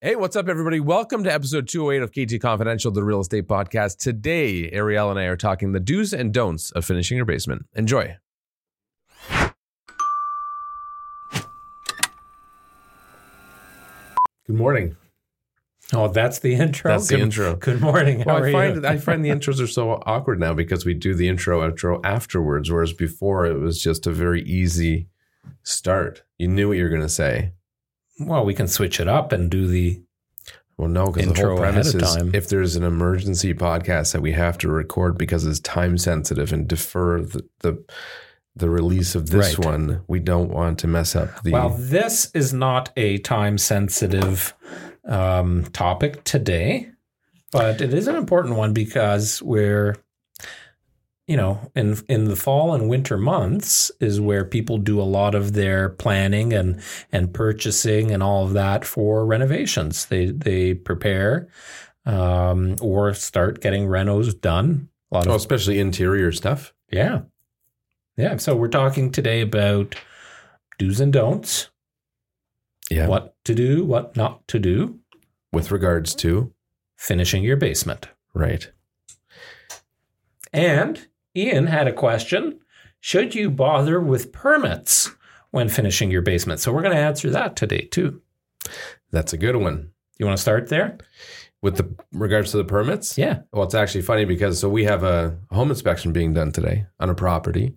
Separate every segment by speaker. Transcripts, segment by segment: Speaker 1: Hey, what's up, everybody? Welcome to episode 208 of KT Confidential, the real estate podcast. Today, Ariel and I are talking the do's and don'ts of finishing your basement. Enjoy. Good morning.
Speaker 2: Oh, that's the intro.
Speaker 1: That's the
Speaker 2: Good-
Speaker 1: intro.
Speaker 2: Good morning. How
Speaker 1: Well,
Speaker 2: are
Speaker 1: I find
Speaker 2: you?
Speaker 1: I find the intros are so awkward now because we do the intro outro afterwards, whereas before it was just a very easy start. You knew what you were going to say.
Speaker 2: well, we can switch it up and do the.
Speaker 1: Well, no, because the
Speaker 2: Intro
Speaker 1: whole
Speaker 2: ahead
Speaker 1: premise
Speaker 2: of
Speaker 1: is
Speaker 2: time.
Speaker 1: if there's an emergency podcast that we have to record because it's time sensitive and defer the the, the release of this
Speaker 2: Right.
Speaker 1: one, we don't want to mess up the.
Speaker 2: Well, this is not a time sensitive um, topic today, but it is an important one because we're, you know, in in the fall and winter months is where people do a lot of their planning and and purchasing and all of that for renovations. They they prepare um, or start getting renos done. A lot of
Speaker 1: oh, especially interior stuff.
Speaker 2: Yeah. Yeah. So we're talking today about do's and don'ts,
Speaker 1: Yeah,
Speaker 2: what to do, what not to do,
Speaker 1: with regards to
Speaker 2: finishing your basement.
Speaker 1: right.
Speaker 2: And Ian had a question Should you bother with permits when finishing your basement? So we're going to answer that today, too.
Speaker 1: That's a good one.
Speaker 2: You want to start there?
Speaker 1: With the regards to the permits,
Speaker 2: Yeah.
Speaker 1: Well, it's actually funny because so we have a home inspection being done today on a property.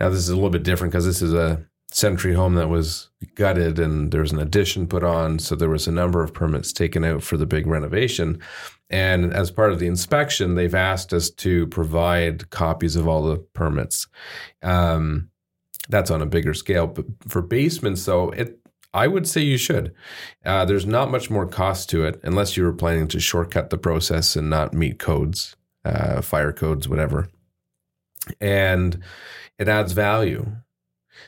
Speaker 1: Now this is a little bit different because this is a century home that was gutted and there was an addition put on, so there was a number of permits taken out for the big renovation. And as part of the inspection, they've asked us to provide copies of all the permits. Um, that's on a bigger scale, but for basements, though, it I would say you should. Uh, there's not much more cost to it unless you were planning to shortcut the process and not meet codes, uh, fire codes, whatever. And it adds value.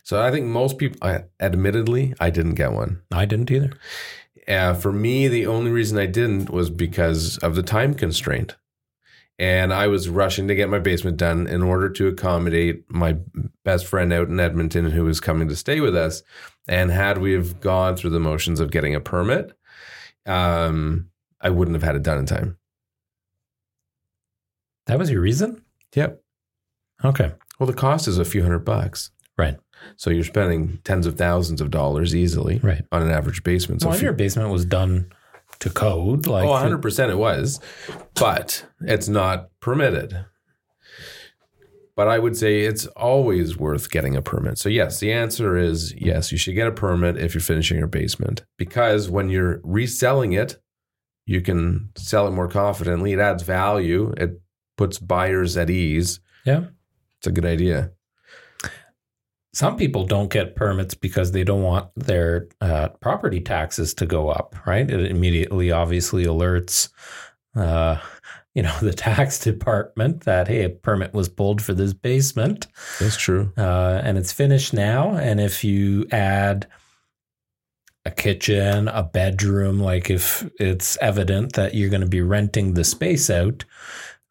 Speaker 1: So I think most people, I, admittedly, I didn't get one.
Speaker 2: I didn't either.
Speaker 1: Uh, for me, the only reason I didn't was because of the time constraint. And I was rushing to get my basement done in order to accommodate my best friend out in Edmonton who was coming to stay with us. And had we have gone through the motions of getting a permit, um, I wouldn't have had it done in time.
Speaker 2: That was your reason?
Speaker 1: Yep.
Speaker 2: Okay.
Speaker 1: Well, the cost is a few hundred bucks.
Speaker 2: Right.
Speaker 1: So you're spending tens of thousands of dollars easily
Speaker 2: Right.
Speaker 1: on an average basement. So
Speaker 2: well,
Speaker 1: if
Speaker 2: if
Speaker 1: you-
Speaker 2: your basement was done to code, like.
Speaker 1: oh, 100% it was, but it's not permitted. But I would say it's always worth getting a permit. So, yes, the answer is yes, you should get a permit if you're finishing your basement because when you're reselling it, you can sell it more confidently. It adds value, it puts buyers at ease.
Speaker 2: Yeah.
Speaker 1: It's a good idea.
Speaker 2: some people don't get permits because they don't want their uh, property taxes to go up, right? It immediately, obviously, alerts, uh, you know, the tax department that hey, a permit was pulled for this basement,
Speaker 1: That's true.
Speaker 2: uh, and it's finished now. And if you add a kitchen, a bedroom, like if it's evident that you're going to be renting the space out,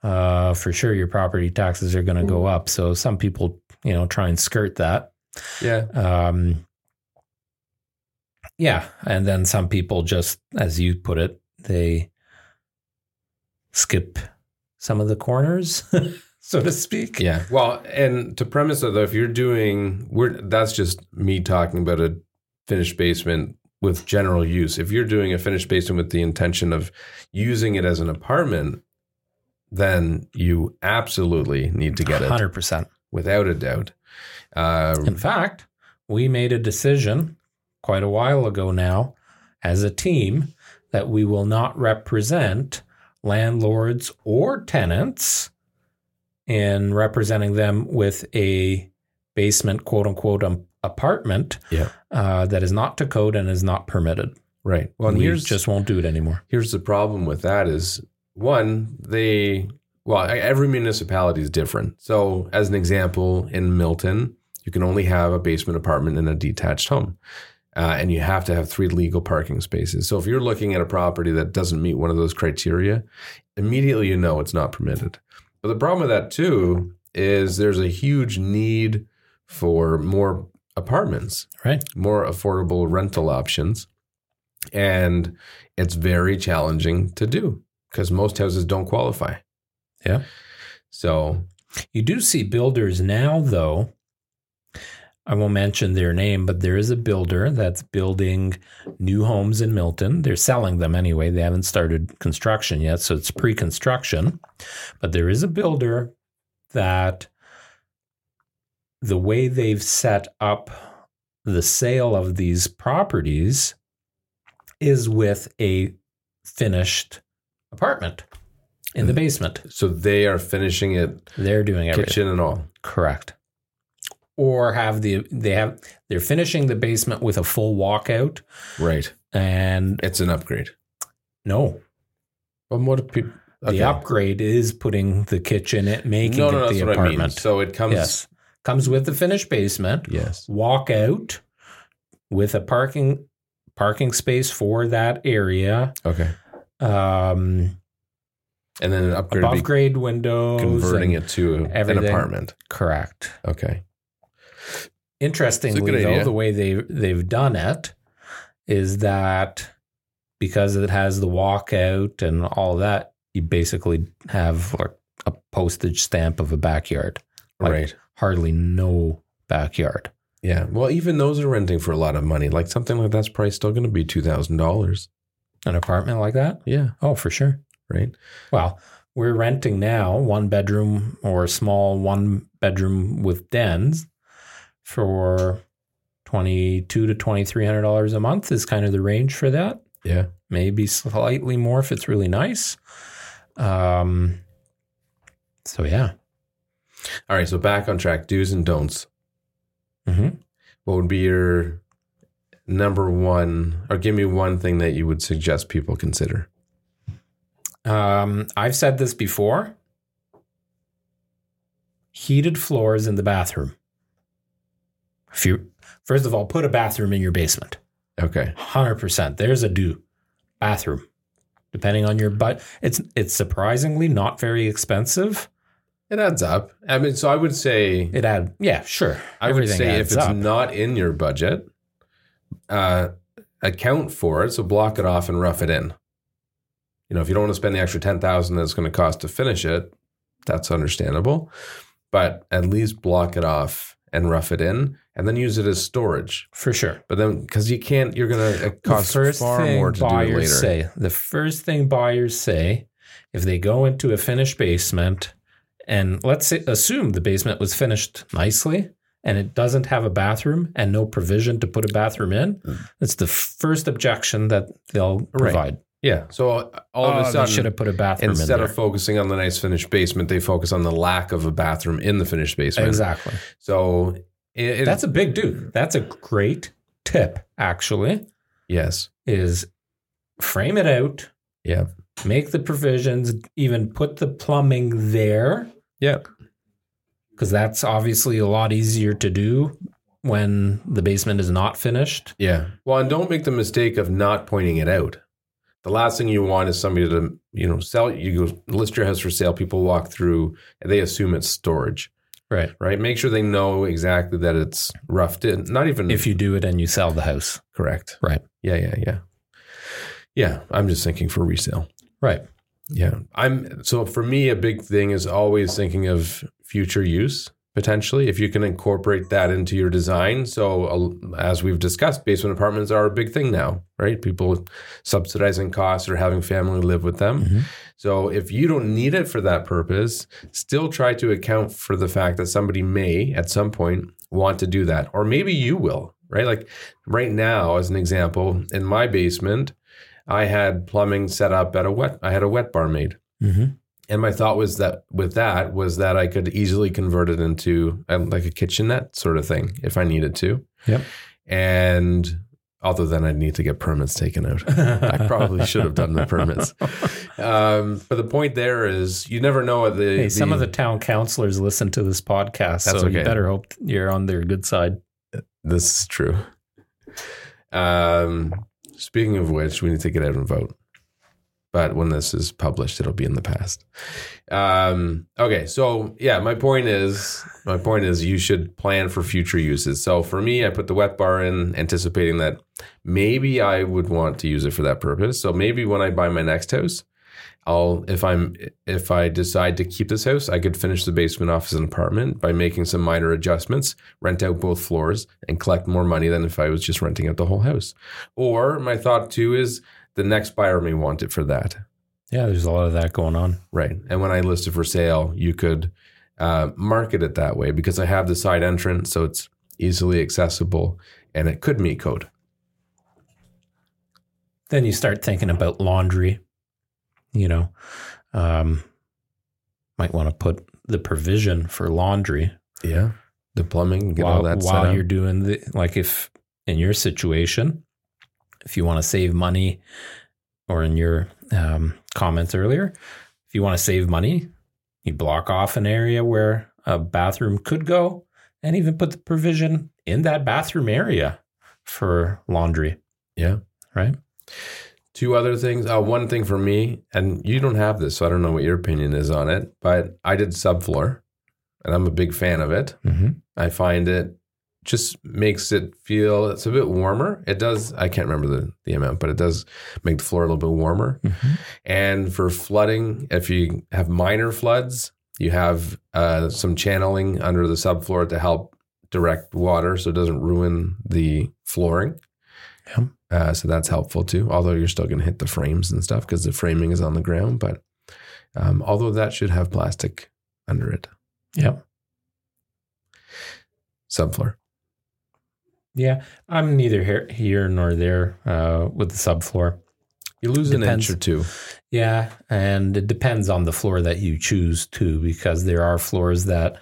Speaker 2: uh, for sure, your property taxes are going to go up. So some people, you know, try and skirt that
Speaker 1: Yeah.
Speaker 2: um, yeah, and then some people just, as you put it, they skip some of the corners, so to speak.
Speaker 1: Yeah. Well, and to premise it though, if you're doing, we're that's just me talking about a finished basement with general use. If you're doing a finished basement with the intention of using it as an apartment, then you absolutely need to get it
Speaker 2: hundred percent.
Speaker 1: without a doubt. Uh,
Speaker 2: In fact, we made a decision quite a while ago now, as a team, that we will not represent landlords or tenants in representing them with a basement quote unquote um, apartment
Speaker 1: Yeah.
Speaker 2: uh, that is not to code and is not permitted.
Speaker 1: right. Well, and
Speaker 2: we
Speaker 1: here's
Speaker 2: just won't do it anymore.
Speaker 1: Here's the problem with that is one, they well, e- every municipality is different. So, as an example, in Milton, you can only have a basement apartment in a detached home. Uh, and you have to have three legal parking spaces. So if you're looking at a property that doesn't meet one of those criteria, immediately you know it's not permitted. But the problem with that too is there's a huge need for more apartments
Speaker 2: Right.
Speaker 1: more affordable rental options. and it's very challenging to do because most houses don't qualify.
Speaker 2: Yeah.
Speaker 1: So
Speaker 2: You do see builders now, though. I won't mention their name, but there is a builder that's building new homes in Milton. They're selling them anyway. They haven't started construction yet, so it's pre construction. But there is a builder that the way they've set up the sale of these properties is with a finished apartment in the basement.
Speaker 1: so they are finishing it
Speaker 2: They're doing everything.
Speaker 1: kitchen and all.
Speaker 2: Correct. Or have the they have they're finishing the basement with a full walkout
Speaker 1: Right.
Speaker 2: and
Speaker 1: It's an upgrade.
Speaker 2: no,
Speaker 1: But what if people
Speaker 2: the upgrade is putting the kitchen it making
Speaker 1: No, no,
Speaker 2: it
Speaker 1: that's
Speaker 2: the
Speaker 1: what I mean.
Speaker 2: apartment.
Speaker 1: So it comes
Speaker 2: yes. Comes with the finished basement,
Speaker 1: Yes.
Speaker 2: walkout with a parking parking space for that area.
Speaker 1: Okay.
Speaker 2: Um
Speaker 1: And then an upgrade would
Speaker 2: above
Speaker 1: be
Speaker 2: grade windows
Speaker 1: converting
Speaker 2: and-
Speaker 1: it to an
Speaker 2: everything.
Speaker 1: apartment.
Speaker 2: Correct.
Speaker 1: Okay.
Speaker 2: Interestingly, though,
Speaker 1: idea.
Speaker 2: the way they they've done it is that because it has the walkout and all that, you basically have like a postage stamp of a backyard. Like-
Speaker 1: right.
Speaker 2: Hardly no backyard.
Speaker 1: Yeah. Well, even those are renting for a lot of money. Like something like that's probably still going to be two thousand dollars.
Speaker 2: An apartment like that?
Speaker 1: Yeah.
Speaker 2: Oh, for sure.
Speaker 1: Right.
Speaker 2: Well, we're renting now one bedroom or a small one bedroom with dens for twenty two to twenty three hundred dollars a month is kind of the range for that.
Speaker 1: Yeah.
Speaker 2: maybe slightly more if it's really nice. Um, so yeah,
Speaker 1: All right. So back on track. Do's and don'ts.
Speaker 2: hmm
Speaker 1: What would be your number one, or give me one thing that you would suggest people consider?
Speaker 2: um, I've said this before. Heated floors in the bathroom. If you first of all put a bathroom in your basement,
Speaker 1: Okay.
Speaker 2: hundred percent. There's a do bathroom. Depending on your butt, it's it's surprisingly not very expensive.
Speaker 1: It adds up. I mean, so I would say
Speaker 2: It add yeah sure.
Speaker 1: I would say if
Speaker 2: adds
Speaker 1: it's
Speaker 2: up.
Speaker 1: not in your budget, uh, account for it. So block it off and rough it in. You know, if you don't want to spend the extra ten thousand that it's going to cost to finish it, that's understandable. But at least block it off and rough it in, and then use it as storage.
Speaker 2: for sure.
Speaker 1: But then, because you can't, you're going to it costs far more to do it later.
Speaker 2: say, the first thing buyers say, if they go into a finished basement, and let's say, assume the basement was finished nicely and it doesn't have a bathroom and no provision to put a bathroom in,
Speaker 1: Mm.
Speaker 2: it's the first objection that they'll provide.
Speaker 1: Yeah. So all
Speaker 2: Oh,
Speaker 1: of a
Speaker 2: they
Speaker 1: sudden,
Speaker 2: should have put a bathroom in
Speaker 1: instead
Speaker 2: there.
Speaker 1: of focusing on the nice finished basement, they focus on the lack of a bathroom in the finished basement.
Speaker 2: exactly.
Speaker 1: So it, it,
Speaker 2: That's a big dude. That's a great tip, actually,
Speaker 1: yes,
Speaker 2: is frame it out.
Speaker 1: yeah,
Speaker 2: make the provisions, even put the plumbing there.
Speaker 1: Yep.
Speaker 2: Because that's obviously a lot easier to do when the basement is not finished.
Speaker 1: yeah. Well, and don't make the mistake of not pointing it out. The last thing you want is somebody to you know sell you go list your house for sale. People walk through, and they assume it's storage,
Speaker 2: Right.
Speaker 1: right? Make sure they know exactly that it's roughed in. Not even
Speaker 2: If you do it and you sell the house.
Speaker 1: correct,
Speaker 2: Right.
Speaker 1: Yeah, yeah, yeah, yeah. I'm just thinking for resale.
Speaker 2: Right.
Speaker 1: Yeah. I'm so for me a big thing is always thinking of future use potentially if you can incorporate that into your design. So uh, as we've discussed basement apartments are a big thing now, right? People subsidizing costs or having family live with them.
Speaker 2: Mhm.
Speaker 1: So if you don't need it for that purpose, still try to account for the fact that somebody may at some point want to do that or maybe you will, right? Like right now as an example, in my basement I had plumbing set up at a wet. I had a wet bar made,
Speaker 2: Mm-hmm.
Speaker 1: and my thought was that with that was that I could easily convert it into um, like a kitchenette sort of thing if I needed to.
Speaker 2: Yep.
Speaker 1: And although then I'd need to get permits taken out. I probably should have done the permits. Um, but the point there is, you never know what the,
Speaker 2: Hey, some of the town councilors listen to this podcast,
Speaker 1: That's
Speaker 2: so
Speaker 1: okay.
Speaker 2: you better hope you're on their good side.
Speaker 1: This is true. Um, speaking of which, we need to get out and vote. but when this is published, it'll be in the past. Um, okay, so yeah, my point is, my point is, you should plan for future uses. So for me, I put the wet bar in, anticipating that maybe I would want to use it for that purpose. So maybe when I buy my next house, I'll if I'm if I decide to keep this house, I could finish the basement off as an apartment by making some minor adjustments, rent out both floors, and collect more money than if I was just renting out the whole house. Or my thought too is the next buyer may want it for that.
Speaker 2: Yeah, there's a lot of that going on.
Speaker 1: Right. And when I list it for sale, you could uh, market it that way because I have the side entrance, so it's easily accessible and it could meet code.
Speaker 2: Then you start thinking about laundry. You know, um, might want to put the provision for laundry
Speaker 1: Yeah. The plumbing, get all
Speaker 2: while,
Speaker 1: that
Speaker 2: while
Speaker 1: set
Speaker 2: you're
Speaker 1: up.
Speaker 2: doing the like if in your situation if you want to save money or in your um, comments earlier if you want to save money you block off an area where a bathroom could go and even put the provision in that bathroom area for laundry
Speaker 1: Yeah.
Speaker 2: right
Speaker 1: Two other things. Uh, one thing for me, and you don't have this, so I don't know what your opinion is on it, but I did subfloor and I'm a big fan of it.
Speaker 2: mm-hmm.
Speaker 1: I find it just makes it feel it's a bit warmer. It does, I can't remember the, the amount, but it does make the floor a little bit warmer. And for flooding, if you have minor floods, you have uh, some channeling under the subfloor to help direct water so it doesn't ruin the flooring.
Speaker 2: Yeah.
Speaker 1: Uh, so that's helpful too. Although you're still going to hit the frames and stuff because the framing is on the ground. But um, although that should have plastic under it.
Speaker 2: Yep.
Speaker 1: Subfloor.
Speaker 2: yeah i'm neither here, here nor there uh, with the subfloor
Speaker 1: You lose an inch
Speaker 2: Depends.
Speaker 1: or two.
Speaker 2: Yeah, and it depends on the floor that you choose too, because there are floors that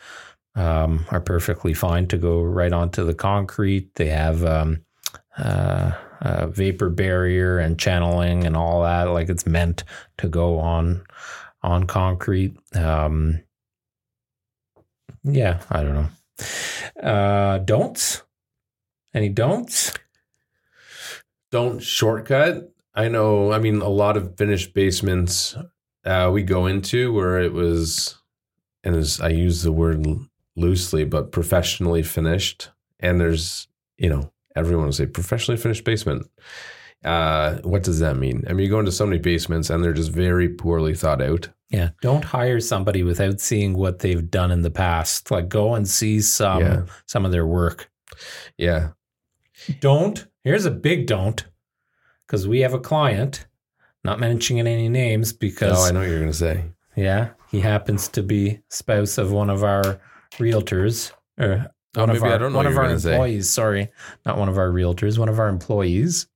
Speaker 2: um, are perfectly fine to go right onto the concrete. They have um, uh, a vapor barrier and channeling and all that, like it's meant to go on on concrete. Um, yeah, I don't know. Uh, don'ts? Any don'ts?
Speaker 1: don't shortcut. I know, I mean, a lot of finished basements uh, we go into where it was, and as I use the word l- loosely, but professionally finished. And there's, you know, everyone will say professionally finished basement. Uh, what does that mean? I mean, you go into so many basements and they're just very poorly thought out.
Speaker 2: Yeah, don't hire somebody without seeing what they've done in the past. Like go and see some
Speaker 1: Yeah.
Speaker 2: some of their work.
Speaker 1: Yeah.
Speaker 2: Don't. Here's a big don't cuz we have a client, not mentioning any names because
Speaker 1: Oh, I know what you're going to say.
Speaker 2: yeah, he happens to be spouse of one of our realtors or
Speaker 1: Oh,
Speaker 2: one of
Speaker 1: maybe
Speaker 2: our,
Speaker 1: I don't know what
Speaker 2: one of
Speaker 1: you're
Speaker 2: our
Speaker 1: going to say.
Speaker 2: employees, sorry, not one of our realtors, one of our employees.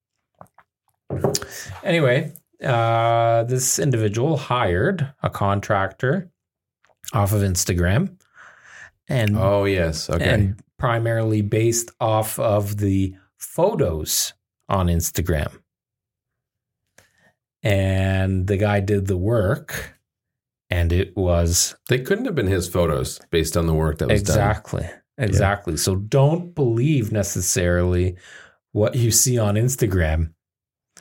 Speaker 2: Anyway, uh, this individual hired a contractor off of Instagram and,
Speaker 1: Oh, yes. Okay.
Speaker 2: and primarily based off of the photos on Instagram. And the guy did the work and it was
Speaker 1: they couldn't have been his photos based on the work that was done.
Speaker 2: exactly exactly so don't believe necessarily what you see on instagram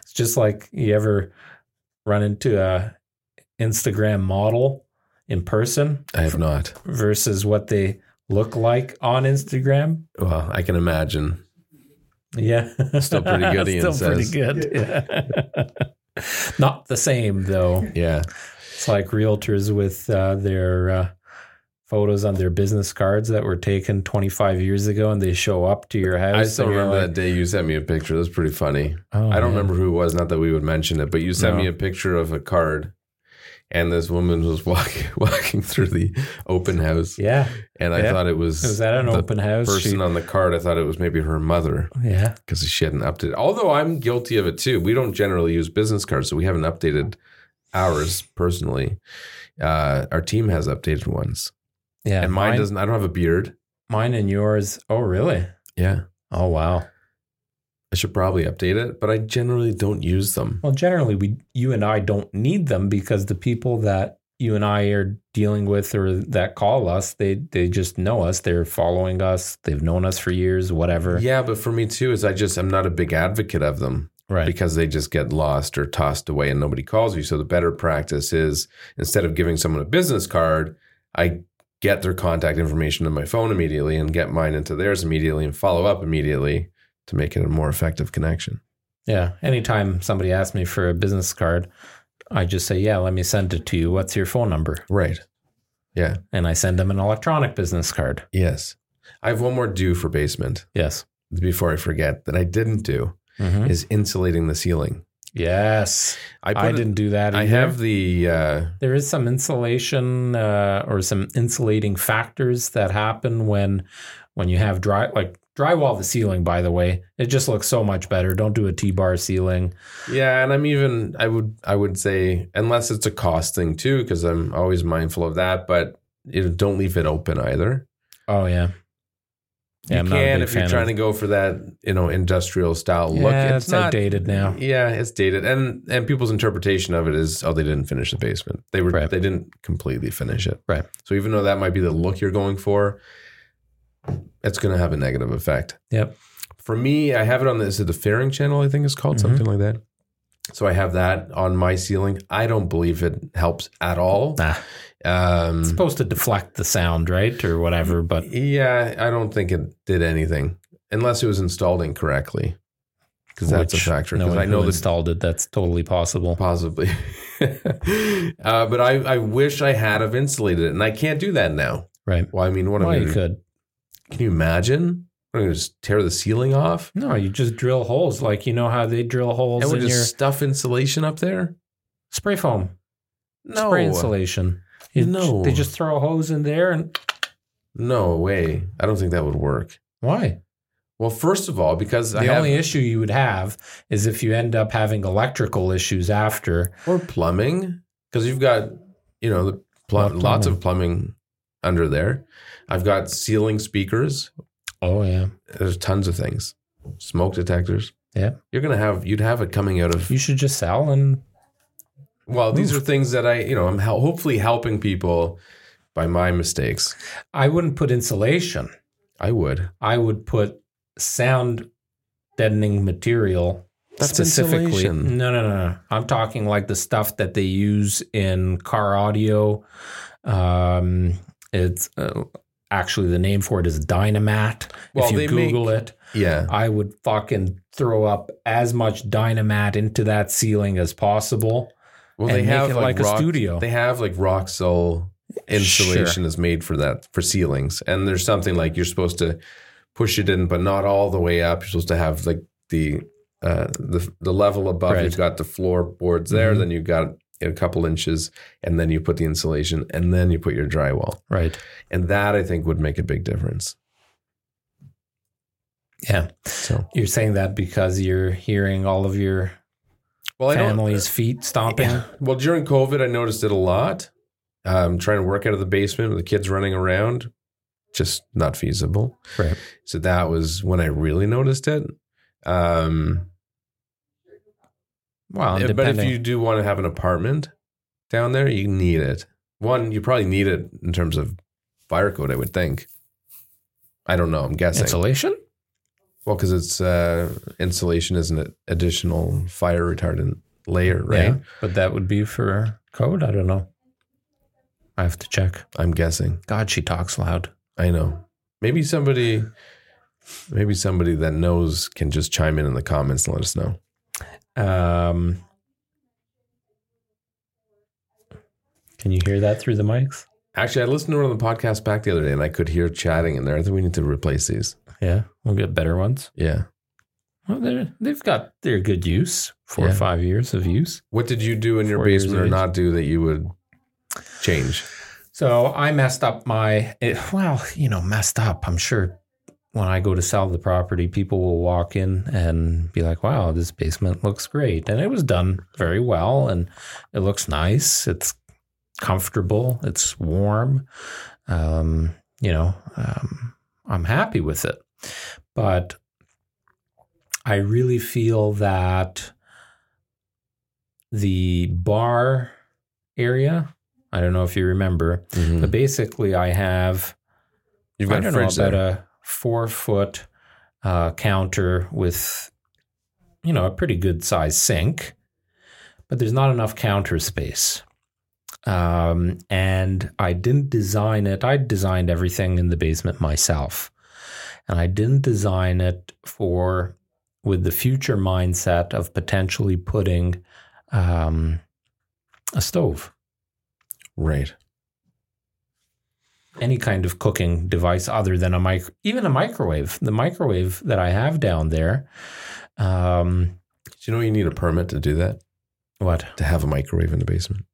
Speaker 2: it's just like you ever run into a instagram model in person
Speaker 1: I have not.
Speaker 2: versus what they look like on instagram
Speaker 1: Well, I can imagine.
Speaker 2: yeah
Speaker 1: Still pretty good, Ian
Speaker 2: still
Speaker 1: says.
Speaker 2: pretty good yeah. not the same though
Speaker 1: Yeah.
Speaker 2: It's like realtors with uh, their uh, photos on their business cards that were taken 25 years ago, and they show up to your house.
Speaker 1: I still
Speaker 2: and you're
Speaker 1: remember that
Speaker 2: like,
Speaker 1: day you sent me a picture. That's pretty funny.
Speaker 2: "Oh,
Speaker 1: I don't
Speaker 2: man."
Speaker 1: remember who it was, not that we would mention it, but you sent
Speaker 2: No.
Speaker 1: me a picture of a card and this woman was walking walking through the open house.
Speaker 2: Yeah,
Speaker 1: And I
Speaker 2: Yeah.
Speaker 1: thought it was,
Speaker 2: it was at an
Speaker 1: the
Speaker 2: open house.
Speaker 1: person
Speaker 2: She-
Speaker 1: on the card. I thought it was maybe her mother
Speaker 2: yeah,
Speaker 1: because she hadn't updated. Although I'm guilty of it too. We don't generally use business cards, so we haven't updated ours personally. Uh, our team has updated ones.
Speaker 2: yeah.
Speaker 1: and mine,
Speaker 2: mine,
Speaker 1: doesn't I don't have a beard.
Speaker 2: mine and yours. Oh, really?
Speaker 1: Yeah.
Speaker 2: Oh, wow.
Speaker 1: I should probably update it, but I generally don't use them.
Speaker 2: Well, generally, we you and I don't need them because the people that you and I are dealing with or that call us, they they just know us. They're following us. They've known us for years. Whatever.
Speaker 1: Yeah, but for me too is I just I'm not a big advocate of them.
Speaker 2: Right.
Speaker 1: because they just get lost or tossed away and nobody calls you. So the better practice is instead of giving someone a business card, I get their contact information in my phone immediately and get mine into theirs immediately and follow up immediately to make it a more effective connection.
Speaker 2: yeah. Anytime somebody asks me for a business card, I just say, yeah, let me send it to you. What's your phone number?
Speaker 1: Right. Yeah.
Speaker 2: And I send them an electronic business card.
Speaker 1: Yes. I have one more do for basement
Speaker 2: Yes.
Speaker 1: before I forget that I didn't do
Speaker 2: Mhm.
Speaker 1: is insulating the ceiling.
Speaker 2: Yes.
Speaker 1: Mm-hmm. I, put
Speaker 2: I
Speaker 1: it-
Speaker 2: didn't do that. Either.
Speaker 1: I have the uh,
Speaker 2: There is some insulation uh, or some insulating factors that happen when when you have dry like drywall the ceiling. By the way, it just looks so much better. Don't do a T bar ceiling.
Speaker 1: Yeah, and I'm even I would I would say unless it's a cost thing too, because I'm always mindful of that. But you know, don't leave it open either.
Speaker 2: Oh yeah, yeah.
Speaker 1: you
Speaker 2: I'm not a
Speaker 1: can
Speaker 2: big
Speaker 1: if you're
Speaker 2: fan
Speaker 1: trying
Speaker 2: of,
Speaker 1: to go for that you know industrial style look.
Speaker 2: Yeah, it's outdated now.
Speaker 1: Yeah, it's dated, and and people's interpretation of it is oh they didn't finish the basement. They were
Speaker 2: Right.
Speaker 1: they didn't completely finish it.
Speaker 2: Right.
Speaker 1: So even though that might be the look you're going for, it's going to have a negative effect.
Speaker 2: Yep.
Speaker 1: For me, I have it on the, is it the fairing channel, I think it's called,
Speaker 2: Mhm.
Speaker 1: something like that. So I have that on my ceiling. I don't believe it helps at all.
Speaker 2: Nah.
Speaker 1: Um,
Speaker 2: It's supposed to deflect the sound, right, or whatever. But
Speaker 1: yeah, I don't think it did anything unless it was installed incorrectly. Because that's a
Speaker 2: which
Speaker 1: factor.
Speaker 2: No
Speaker 1: Because
Speaker 2: one
Speaker 1: I know
Speaker 2: who
Speaker 1: the
Speaker 2: installed it. That's totally possible.
Speaker 1: possibly. uh, but I, I wish I had have insulated it, and I can't do that now.
Speaker 2: Right.
Speaker 1: Well, I mean, what am
Speaker 2: Well,
Speaker 1: I?
Speaker 2: you
Speaker 1: Gonna,
Speaker 2: could.
Speaker 1: can you imagine? I'm gonna just tear the ceiling off,
Speaker 2: No, you just drill holes, like you know how they drill holes
Speaker 1: and we
Speaker 2: in
Speaker 1: just
Speaker 2: your
Speaker 1: stuff insulation up there.
Speaker 2: spray foam.
Speaker 1: No,
Speaker 2: spray insulation. You-
Speaker 1: No.
Speaker 2: they just throw a hose in there and
Speaker 1: no way. I don't think that would work.
Speaker 2: why?
Speaker 1: Well, first of all, because
Speaker 2: The
Speaker 1: I have,
Speaker 2: only issue you would have is if you end up having electrical issues after.
Speaker 1: or plumbing, because you've got you know the pl-
Speaker 2: Lot of
Speaker 1: lots of plumbing under there. I've got ceiling speakers.
Speaker 2: Oh yeah,
Speaker 1: There's tons of things. Smoke detectors.
Speaker 2: Yeah.
Speaker 1: you're gonna have you'd have it coming out of
Speaker 2: you should just sell and
Speaker 1: Well, these are
Speaker 2: Move.
Speaker 1: things that I, you know, I'm hel- hopefully helping people by my mistakes.
Speaker 2: I wouldn't put insulation.
Speaker 1: I would.
Speaker 2: I would put sound deadening material
Speaker 1: That's
Speaker 2: specifically.
Speaker 1: insulation.
Speaker 2: No, no, no, no. I'm talking like the stuff that they use in car audio. Um, it's uh, actually the name for it is Dynamat.
Speaker 1: Well,
Speaker 2: if
Speaker 1: they
Speaker 2: you Google it,
Speaker 1: Yeah.
Speaker 2: I would fucking throw up as much dynamat into that ceiling as possible.
Speaker 1: Well,
Speaker 2: And
Speaker 1: they
Speaker 2: make
Speaker 1: have
Speaker 2: it
Speaker 1: like,
Speaker 2: like a
Speaker 1: rock-
Speaker 2: studio.
Speaker 1: They have like Roxel insulation is made for that for ceilings, and there's something like you're supposed to push it in, but not all the way up. You're supposed to have like the uh, the the level above.
Speaker 2: Right.
Speaker 1: You've got the floorboards there,
Speaker 2: Mhm.
Speaker 1: then you've got a couple inches, and then you put the insulation, and then you put your drywall,
Speaker 2: Right.
Speaker 1: and that I think would make a big difference.
Speaker 2: Yeah.
Speaker 1: So,
Speaker 2: You're saying that because you're hearing all of your
Speaker 1: well,
Speaker 2: family's feet stomping.
Speaker 1: Well, during COVID, I noticed it a lot. Um, trying to work out of the basement with the kids running around, just not feasible.
Speaker 2: Right.
Speaker 1: So that was when I really noticed it. Um,
Speaker 2: Well,
Speaker 1: yeah, but
Speaker 2: depending.
Speaker 1: if you do want to have an apartment down there, you need it. One, you probably need it in terms of fire code, I would think. I don't know. I'm guessing.
Speaker 2: insulation?
Speaker 1: well, because it's uh, insulation is an additional fire retardant layer, right?
Speaker 2: Yeah. But that would be for code. I don't know. I have to check.
Speaker 1: I'm guessing.
Speaker 2: God, she talks loud.
Speaker 1: I know. Maybe somebody, maybe somebody that knows can just chime in in the comments and let us know.
Speaker 2: Um, can you hear that through the mics?
Speaker 1: Actually, I listened to one of the podcasts back the other day, and I could hear chatting in there. I think we need to replace these.
Speaker 2: Yeah. We'll get better ones.
Speaker 1: Yeah.
Speaker 2: Well, they're- they've got their good use, four or
Speaker 1: Yeah.
Speaker 2: five years of use.
Speaker 1: What did you do in your
Speaker 2: Four years
Speaker 1: basement
Speaker 2: of
Speaker 1: or
Speaker 2: age.
Speaker 1: not do that you would change?
Speaker 2: So I messed up my, it, well, you know, messed up. I'm sure when I go to sell the property, people will walk in and be like, wow, this basement looks great. And it was done very well and it looks nice. It's comfortable. It's warm. Um, you know, um, I'm happy with it. But I really feel that the bar area, I don't know if you remember,
Speaker 1: Mm-hmm.
Speaker 2: but basically I have
Speaker 1: Hmm. You've got
Speaker 2: I
Speaker 1: a
Speaker 2: don't know
Speaker 1: fridge
Speaker 2: about
Speaker 1: there.
Speaker 2: a four foot uh, counter with you know a pretty good size sink, but there's not enough counter space. Um, and I didn't design it. I designed everything in the basement myself, and I didn't design it for with the future mindset of potentially putting um, a stove,
Speaker 1: Right.
Speaker 2: any kind of cooking device other than a mic, even a microwave. The microwave that I have down there, um,
Speaker 1: Do you know you need a permit to do that?
Speaker 2: what
Speaker 1: To have a microwave in the basement?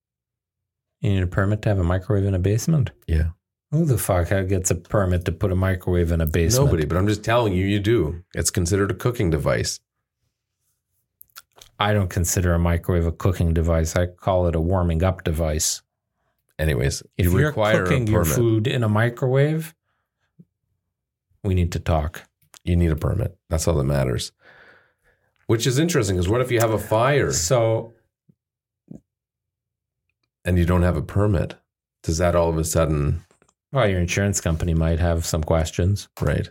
Speaker 2: You need a permit to have a microwave in a basement?
Speaker 1: Yeah.
Speaker 2: Who the fuck gets a permit to put a microwave in a basement?
Speaker 1: Nobody, but I'm just telling you, you do. It's considered a cooking device.
Speaker 2: I don't consider a microwave a cooking device. I call it a warming up device.
Speaker 1: Anyways,
Speaker 2: If
Speaker 1: you
Speaker 2: you are
Speaker 1: require a
Speaker 2: cooking
Speaker 1: permit.
Speaker 2: your food in a microwave, we need to talk.
Speaker 1: You need a permit. That's all that matters. Which is interesting because what if you have a fire
Speaker 2: So
Speaker 1: and you don't have a permit? Does that all of a sudden,
Speaker 2: Well, your insurance company might have some questions.
Speaker 1: right?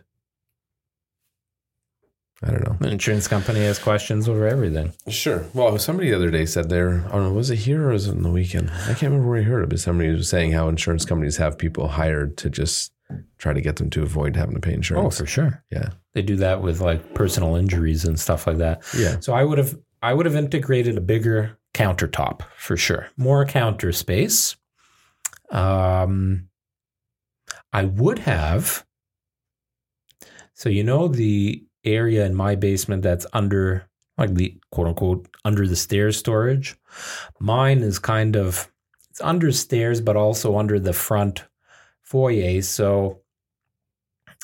Speaker 1: I don't know.
Speaker 2: An insurance company has questions over everything.
Speaker 1: Sure. Well, somebody the other day said there, I don't know, was it here or was it on the weekend? I can't remember where I heard it, but somebody was saying how insurance companies have people hired to just try to get them to avoid having to pay insurance.
Speaker 2: sure.
Speaker 1: Yeah.
Speaker 2: They do that with like personal injuries and stuff like that.
Speaker 1: Yeah.
Speaker 2: So I would have I would have integrated a bigger countertop for sure. More counter space. Um I would have so you know the area in my basement that's under like the quote unquote under the stairs storage. Mine is kind of it's under stairs but also under the front foyer. So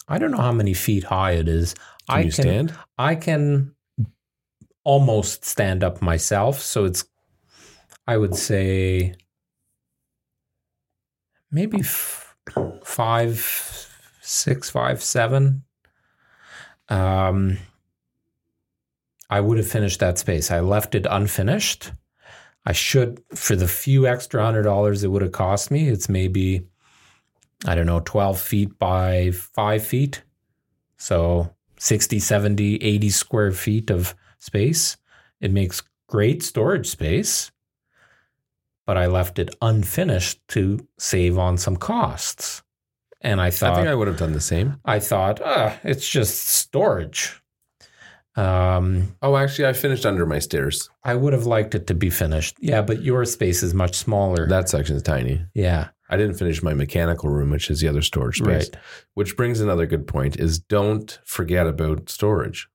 Speaker 2: I don't know how many feet high it is.
Speaker 1: Can
Speaker 2: I
Speaker 1: you stand?
Speaker 2: I can almost stand up myself. So it's, I would say, maybe f- five, six, five, seven. Um, I would have finished that space. I left it unfinished. I should, for the few extra hundred dollars it would have cost me, it's maybe, I don't know, 12 feet by five feet. So 60, 70, 80 square feet of space. It makes great storage space, but I left it unfinished to save on some costs. And I thought,
Speaker 1: I think I would have done the same.
Speaker 2: I thought, ah, it's just storage. Um,
Speaker 1: Oh, actually, I finished under my stairs.
Speaker 2: I would have liked it to be finished. Yeah, but your space is much smaller.
Speaker 1: That section is tiny.
Speaker 2: yeah,
Speaker 1: I didn't finish my mechanical room, which is the other storage space.
Speaker 2: right.
Speaker 1: Which brings another good point: is don't forget about storage.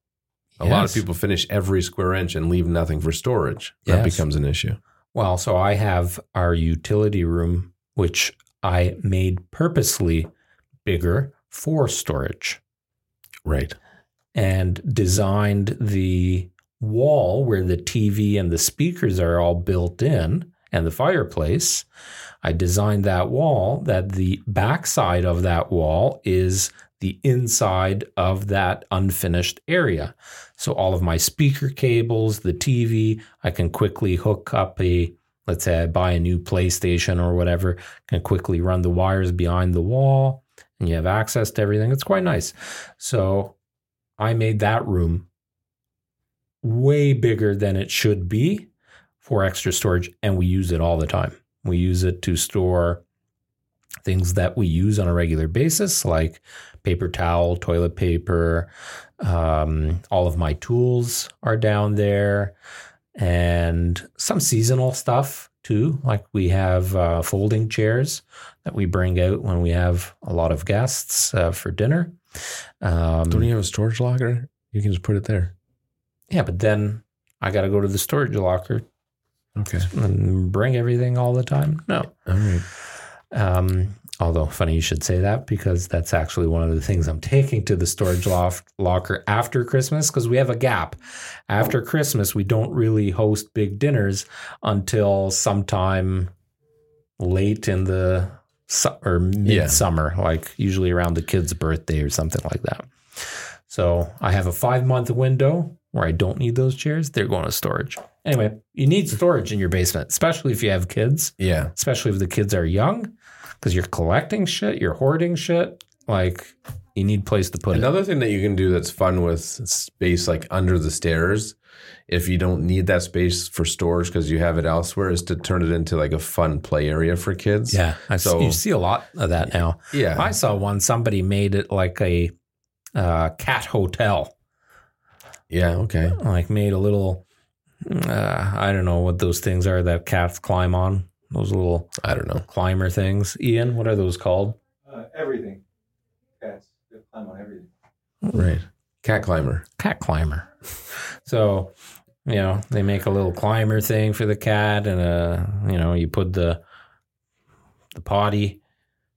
Speaker 1: A lot of
Speaker 2: Yes.
Speaker 1: people finish every square inch and leave nothing for storage. That
Speaker 2: Yes.
Speaker 1: becomes an issue.
Speaker 2: Well, so I have our utility room, which I made purposely bigger for storage
Speaker 1: Right.
Speaker 2: and designed the wall where the TV and the speakers are all built in and the fireplace. I designed that wall that the backside of that wall is the inside of that unfinished area. So all of my speaker cables, the TV, I can quickly hook up a let's say I buy a new PlayStation or whatever, can quickly run the wires behind the wall and you have access to everything. It's quite nice. So I made that room way bigger than it should be for extra storage and we use it all the time. We use it to store things that we use on a regular basis like paper towel, toilet paper, um, all of my tools are down there and some seasonal stuff too. Like we have uh, folding chairs that we bring out when we have a lot of guests uh, for dinner. Um,
Speaker 1: Don't you have a storage locker? You can just put it there.
Speaker 2: yeah, but then I got to go to the storage locker
Speaker 1: Okay.
Speaker 2: and bring everything all the time. No.
Speaker 1: All right.
Speaker 2: Um, although funny you should say that because that's actually one of the things I'm taking to the storage loft locker after Christmas because we have a gap. After Christmas, we don't really host big dinners until sometime late in the su- or midsummer, like usually around the kid's birthday or something like that. So I have a five month window where I don't need those chairs. They're going to storage. Anyway, you need storage in your basement, especially if you have kids
Speaker 1: Yeah.
Speaker 2: especially if the kids are young, because you're collecting shit, you're hoarding shit. Like You need place to put
Speaker 1: Another thing that you can do that's fun with space like under the stairs, if you don't need that space for storage because you have it elsewhere, is to turn it into like a fun play area for
Speaker 2: it.
Speaker 1: kids.
Speaker 2: Yeah, I
Speaker 1: So-
Speaker 2: so, you see a lot of that now.
Speaker 1: Yeah.
Speaker 2: I saw one. Somebody made it like a uh, cat hotel.
Speaker 1: yeah. Okay.
Speaker 2: Like made a little. Uh, I don't know what those things are that cats climb on. Those little
Speaker 1: I don't know.
Speaker 2: climber things. Ian, what are those called?
Speaker 3: Uh, everything. Cats. They climb on everything.
Speaker 1: Right. Cat climber.
Speaker 2: cat climber. So, you know, they make a little climber thing for the cat, and uh, you know, you put the the potty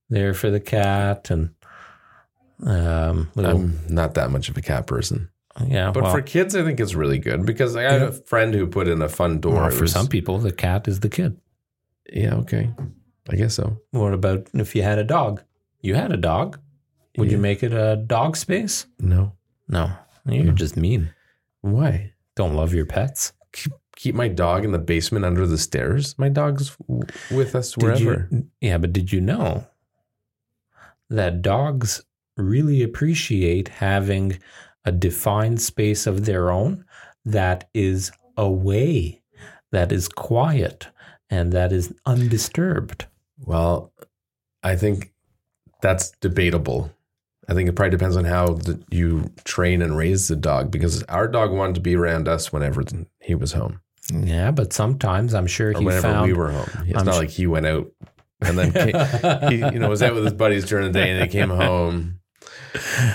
Speaker 2: there for the cat, and um, little,
Speaker 1: I'm not that much of a cat person,
Speaker 2: yeah,
Speaker 1: but
Speaker 2: well,
Speaker 1: for kids, I think it's really good because I had a friend who put in a fun door.
Speaker 2: well,
Speaker 1: It
Speaker 2: for
Speaker 1: was-
Speaker 2: some people, the cat is the kid.
Speaker 1: Yeah. Okay. I guess so.
Speaker 2: What about if you had a dog? You had a dog. Would you
Speaker 1: Yeah.
Speaker 2: make it a dog space?
Speaker 1: No.
Speaker 2: No, you're just mean.
Speaker 1: Why?
Speaker 2: Don't love your pets.
Speaker 1: Keep my dog in the basement under the stairs. My dog's w- with us
Speaker 2: Did you-
Speaker 1: wherever.
Speaker 2: yeah, but did you know that dogs really appreciate having a defined space of their own that is away, that is quiet, and that is undisturbed?
Speaker 1: Well, I think that's debatable. I think it probably depends on how the, you train and raise the dog because our dog wanted to be around us whenever th- he was home
Speaker 2: Yeah, but sometimes I'm sure
Speaker 1: Mm. or
Speaker 2: he
Speaker 1: whenever
Speaker 2: found.
Speaker 1: we were home. It's
Speaker 2: I'm
Speaker 1: not
Speaker 2: su-
Speaker 1: like he went out and then came, he you know was out with his buddies during the day and they came home.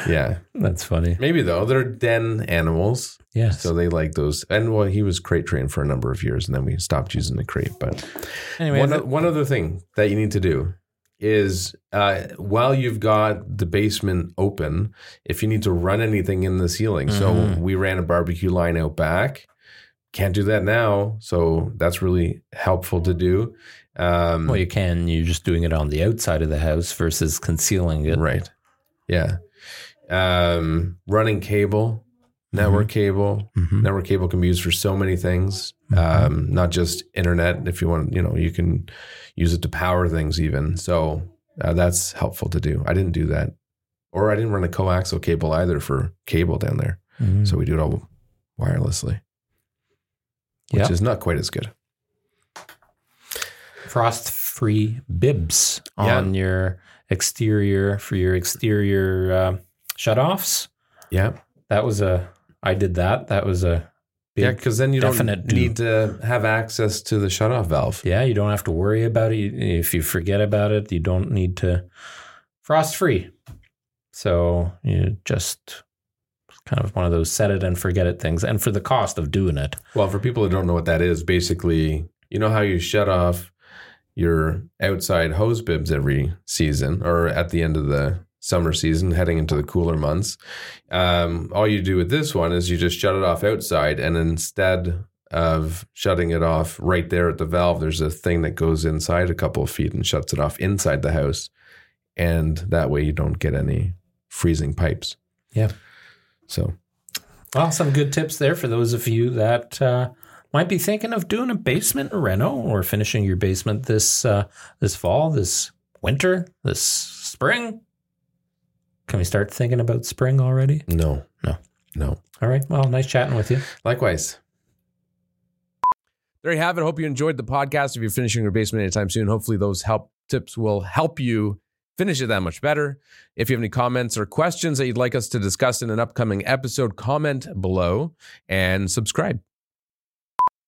Speaker 1: Yeah,
Speaker 2: That's funny.
Speaker 1: maybe though they're den animals,
Speaker 2: Yes.
Speaker 1: so they like those. And well, he was crate trained for a number of years, and then we stopped using the crate. But
Speaker 2: anyway,
Speaker 1: one,
Speaker 2: I
Speaker 1: o- one other thing that you need to do is uh, while you've got the basement open, if you need to run anything in the ceiling. So
Speaker 2: Mhm.
Speaker 1: we ran a barbecue line out back. Can't do that now. So that's really helpful to do. Um,
Speaker 2: well, you can. You're just doing it on the outside of the house versus concealing it.
Speaker 1: Right. Yeah. Um, running cable, network cable.
Speaker 2: Mhm.
Speaker 1: Network cable can be used for so many things,
Speaker 2: Mhm.
Speaker 1: um, not just internet. If you want, you know, you can use it to power things even. So uh, that's helpful to do. I didn't do that, or I didn't run a coaxial cable either for cable down there.
Speaker 2: Mhm.
Speaker 1: So we do it all wirelessly, which
Speaker 2: Yeah.
Speaker 1: is not quite as good.
Speaker 2: frost free bibs on your exterior for your exterior uh, shutoffs.
Speaker 1: Yeah,
Speaker 2: That was a, I did that. That was a
Speaker 1: yeah,
Speaker 2: big,
Speaker 1: because then you don't
Speaker 2: definite do.
Speaker 1: need to have access to the shutoff valve.
Speaker 2: yeah. you don't have to worry about it. If you forget about it, you don't need to frost free. So you just kind of one of those set it and forget it things. And for the cost of doing it,
Speaker 1: Well, for people who don't know what that is, basically, you know how you shut off your outside hose bibs every season or at the end of the summer season, heading into the cooler months. Um, all you do with this one is you just shut it off outside, and instead of shutting it off right there at the valve, there's a thing that goes inside a couple of feet and shuts it off inside the house. And that way you don't get any freezing pipes.
Speaker 2: Yeah.
Speaker 1: So
Speaker 2: Well, some good tips there for those of you that uh, might be thinking of doing a basement reno or finishing your basement this uh, this fall, this winter, this spring. Can we start thinking about spring already?
Speaker 1: no.
Speaker 2: No.
Speaker 1: No.
Speaker 2: All right. Well, nice chatting with you.
Speaker 1: Likewise. There you have it. Hope you enjoyed the podcast. If you're finishing your basement anytime soon, hopefully those help tips will help you finish it that much better. If you have any comments or questions that you'd like us to discuss in an upcoming episode, comment below and subscribe.